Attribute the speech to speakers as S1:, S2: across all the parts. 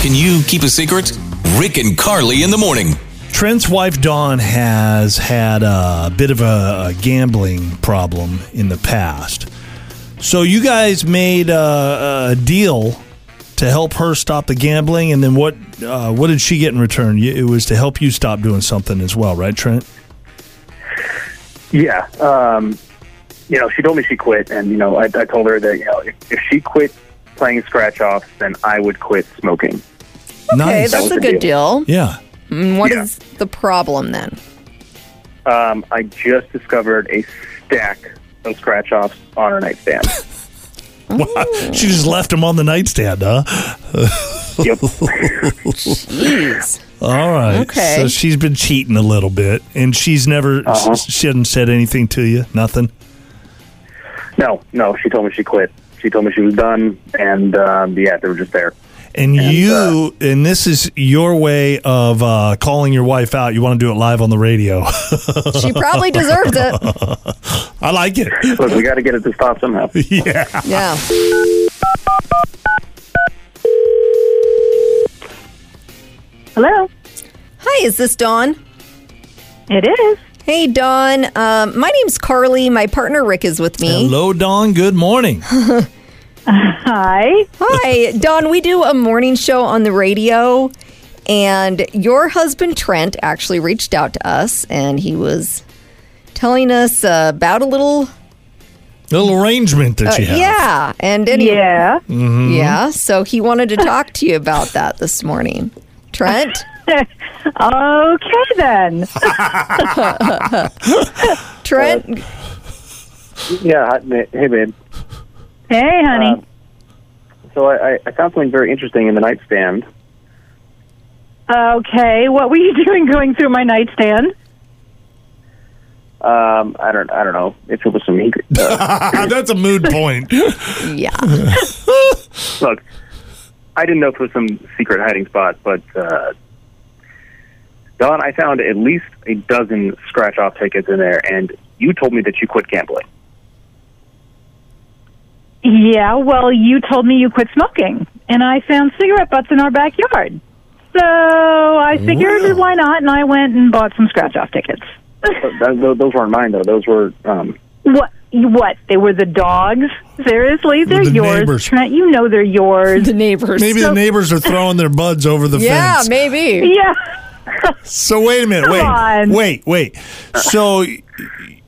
S1: Can you keep a secret? Rick and Carly in the morning.
S2: Trent's wife Dawn has had a bit of a, a gambling problem in the past. So you guys made a, a deal to help her stop the gambling, and then what? Uh, what did she get in return? You- It was to help you stop doing something as well, right, Trent?
S3: Yeah. Um, you know, she told me she quit, and you know, I, I told her that you know, if, if she quit playing scratch offs, then I would quit smoking.
S2: nice.
S3: that
S4: that's
S3: was
S4: a
S3: the
S4: good deal.
S2: yeah.
S4: Mm, What is
S3: Yeah.
S4: the problem then?
S3: Um, I just discovered a stack of scratch offs on her nightstand.
S2: Wow. She just left him on the nightstand, huh?
S3: yep.
S4: Jeez.
S2: All right.
S4: Okay.
S2: So she's been cheating a little bit, and she's never.
S3: Uh-huh.
S2: s- She hasn't said anything to you. Nothing.
S3: No, no. She told me she quit. She told me she was done, and um, yeah, they were just there.
S2: And, you, and this is your way of uh, calling your wife out. You want to do it live on the radio.
S4: She probably deserves it.
S2: I like it.
S3: Look, we got to get it to stop somehow.
S2: Yeah.
S4: Yeah.
S5: Hello.
S4: Hi, is this Dawn?
S5: It is.
S4: Hey, Dawn. Um, my name's Carly. My partner Rick is with me.
S2: Hello, Dawn. Good morning.
S5: Hi.
S4: Hi, Don. We do a morning show on the radio, and your husband Trent actually reached out to us, and he was telling us uh, about a little,
S2: Little arrangement
S5: Uh,
S2: that you have.
S4: yeah, and any,
S5: Yeah.
S4: yeah. So he wanted to talk to you about that this morning, Trent.
S5: Okay then.
S4: Trent,
S3: Yeah. hi- ma- Hey, babe.
S5: Hey, honey.
S3: Um, so I, I, I found something very interesting in the nightstand.
S2: Uh,
S5: okay. What were you doing going through my nightstand?
S3: Um, I don't. I don't know if it was some. ec- Uh,
S2: That's a mood point.
S4: yeah,
S3: Look, I didn't know if it was some secret hiding spot, but uh, Don, I found at least a dozen scratch off tickets in there, and you told me that you quit gambling.
S5: Yeah. Well, you told me you quit smoking, and I found cigarette butts in our backyard. So I figured,
S2: Wow.
S5: why not? And I went and bought some scratch-off tickets.
S3: Th- th- those weren't mine, though. Those were. Um,
S5: What? What? They were the dogs. Seriously, they're
S2: The
S5: yours,
S2: neighbors.
S5: Trent. You know they're yours.
S4: the neighbors.
S2: Maybe the neighbors are throwing their buds over the
S4: yeah,
S2: fence.
S4: maybe.
S5: yeah.
S2: So wait a minute. Wait.
S5: on.
S2: Wait. Wait. So y-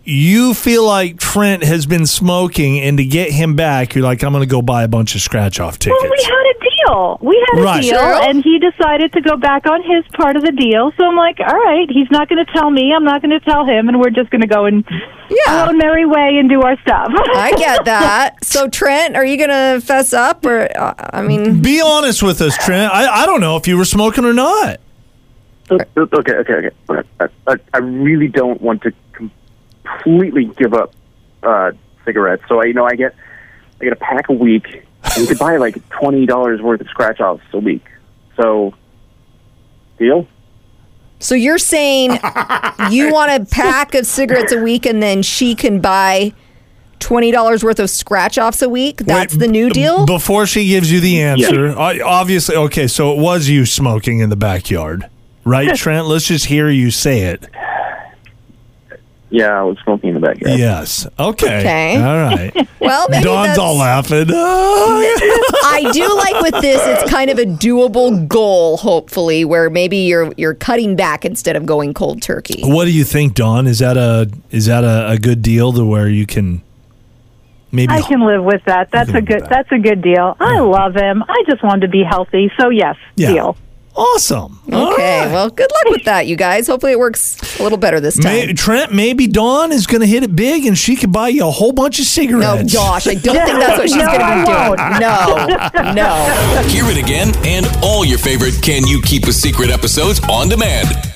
S2: you feel like Trent has been smoking, and to get him back, you're like, I'm going to go buy a bunch of scratch off tickets.
S5: Well, we had a deal. We had a
S2: Right.
S5: deal,
S4: Sure.
S5: and he decided to go back on his part of the deal. So I'm like, all right, he's not going to tell me. I'm not going to tell him, and we're just going to go and
S4: Yeah.
S5: our own merry way and do our stuff.
S4: I get that. So, Trent, are you gonna fess up, or uh, I mean,
S2: Be honest with us, Trent. I, I don't know if you were smoking or not.
S3: okay, okay, okay. okay. I, I- I really don't want to completely give up uh, cigarettes, so I, you know, I get, I get a pack a week, and you could buy like twenty dollars worth of scratch offs a week. So, deal.
S4: So you're saying you want a pack of cigarettes a week and then she can buy $20 worth of scratch offs a week? That's
S2: Wait, um,
S4: the new
S2: b-
S4: deal?
S2: Before she gives you the answer, I, obviously, okay, so it was you smoking in the backyard, right, Trent? Let's just hear you say it.
S3: Yeah, I was smoking in the backyard.
S2: Yes. Okay.
S4: Okay.
S2: All right.
S4: well, maybe
S2: Dawn's
S4: that's,
S2: all laughing. Oh, yeah.
S4: I do like with this it's kind of a doable goal hopefully where maybe you're you're cutting back instead of going cold turkey.
S2: What do you think, Dawn? Is that a is that a, a good deal to where you can maybe
S5: I can live with that. That's
S2: can
S5: a
S2: live with
S5: good.
S2: that.
S5: That's a good deal. I love him. I just wanted to be healthy, so yes,
S2: Yeah.
S5: deal.
S2: Awesome. All
S4: Okay.
S2: right.
S4: Well, good luck with that you guys. Hopefully it works a little better this
S2: May,
S4: time.
S2: Trent, maybe Dawn is going to hit it big and she could buy you a whole bunch of
S4: No,
S2: cigarettes.
S4: Josh, Oh, I don't think that's what she's
S5: No,
S4: going to
S5: I
S4: be doing. No. No.
S1: Hear it again and all your favorite Can You Keep a Secret episodes on demand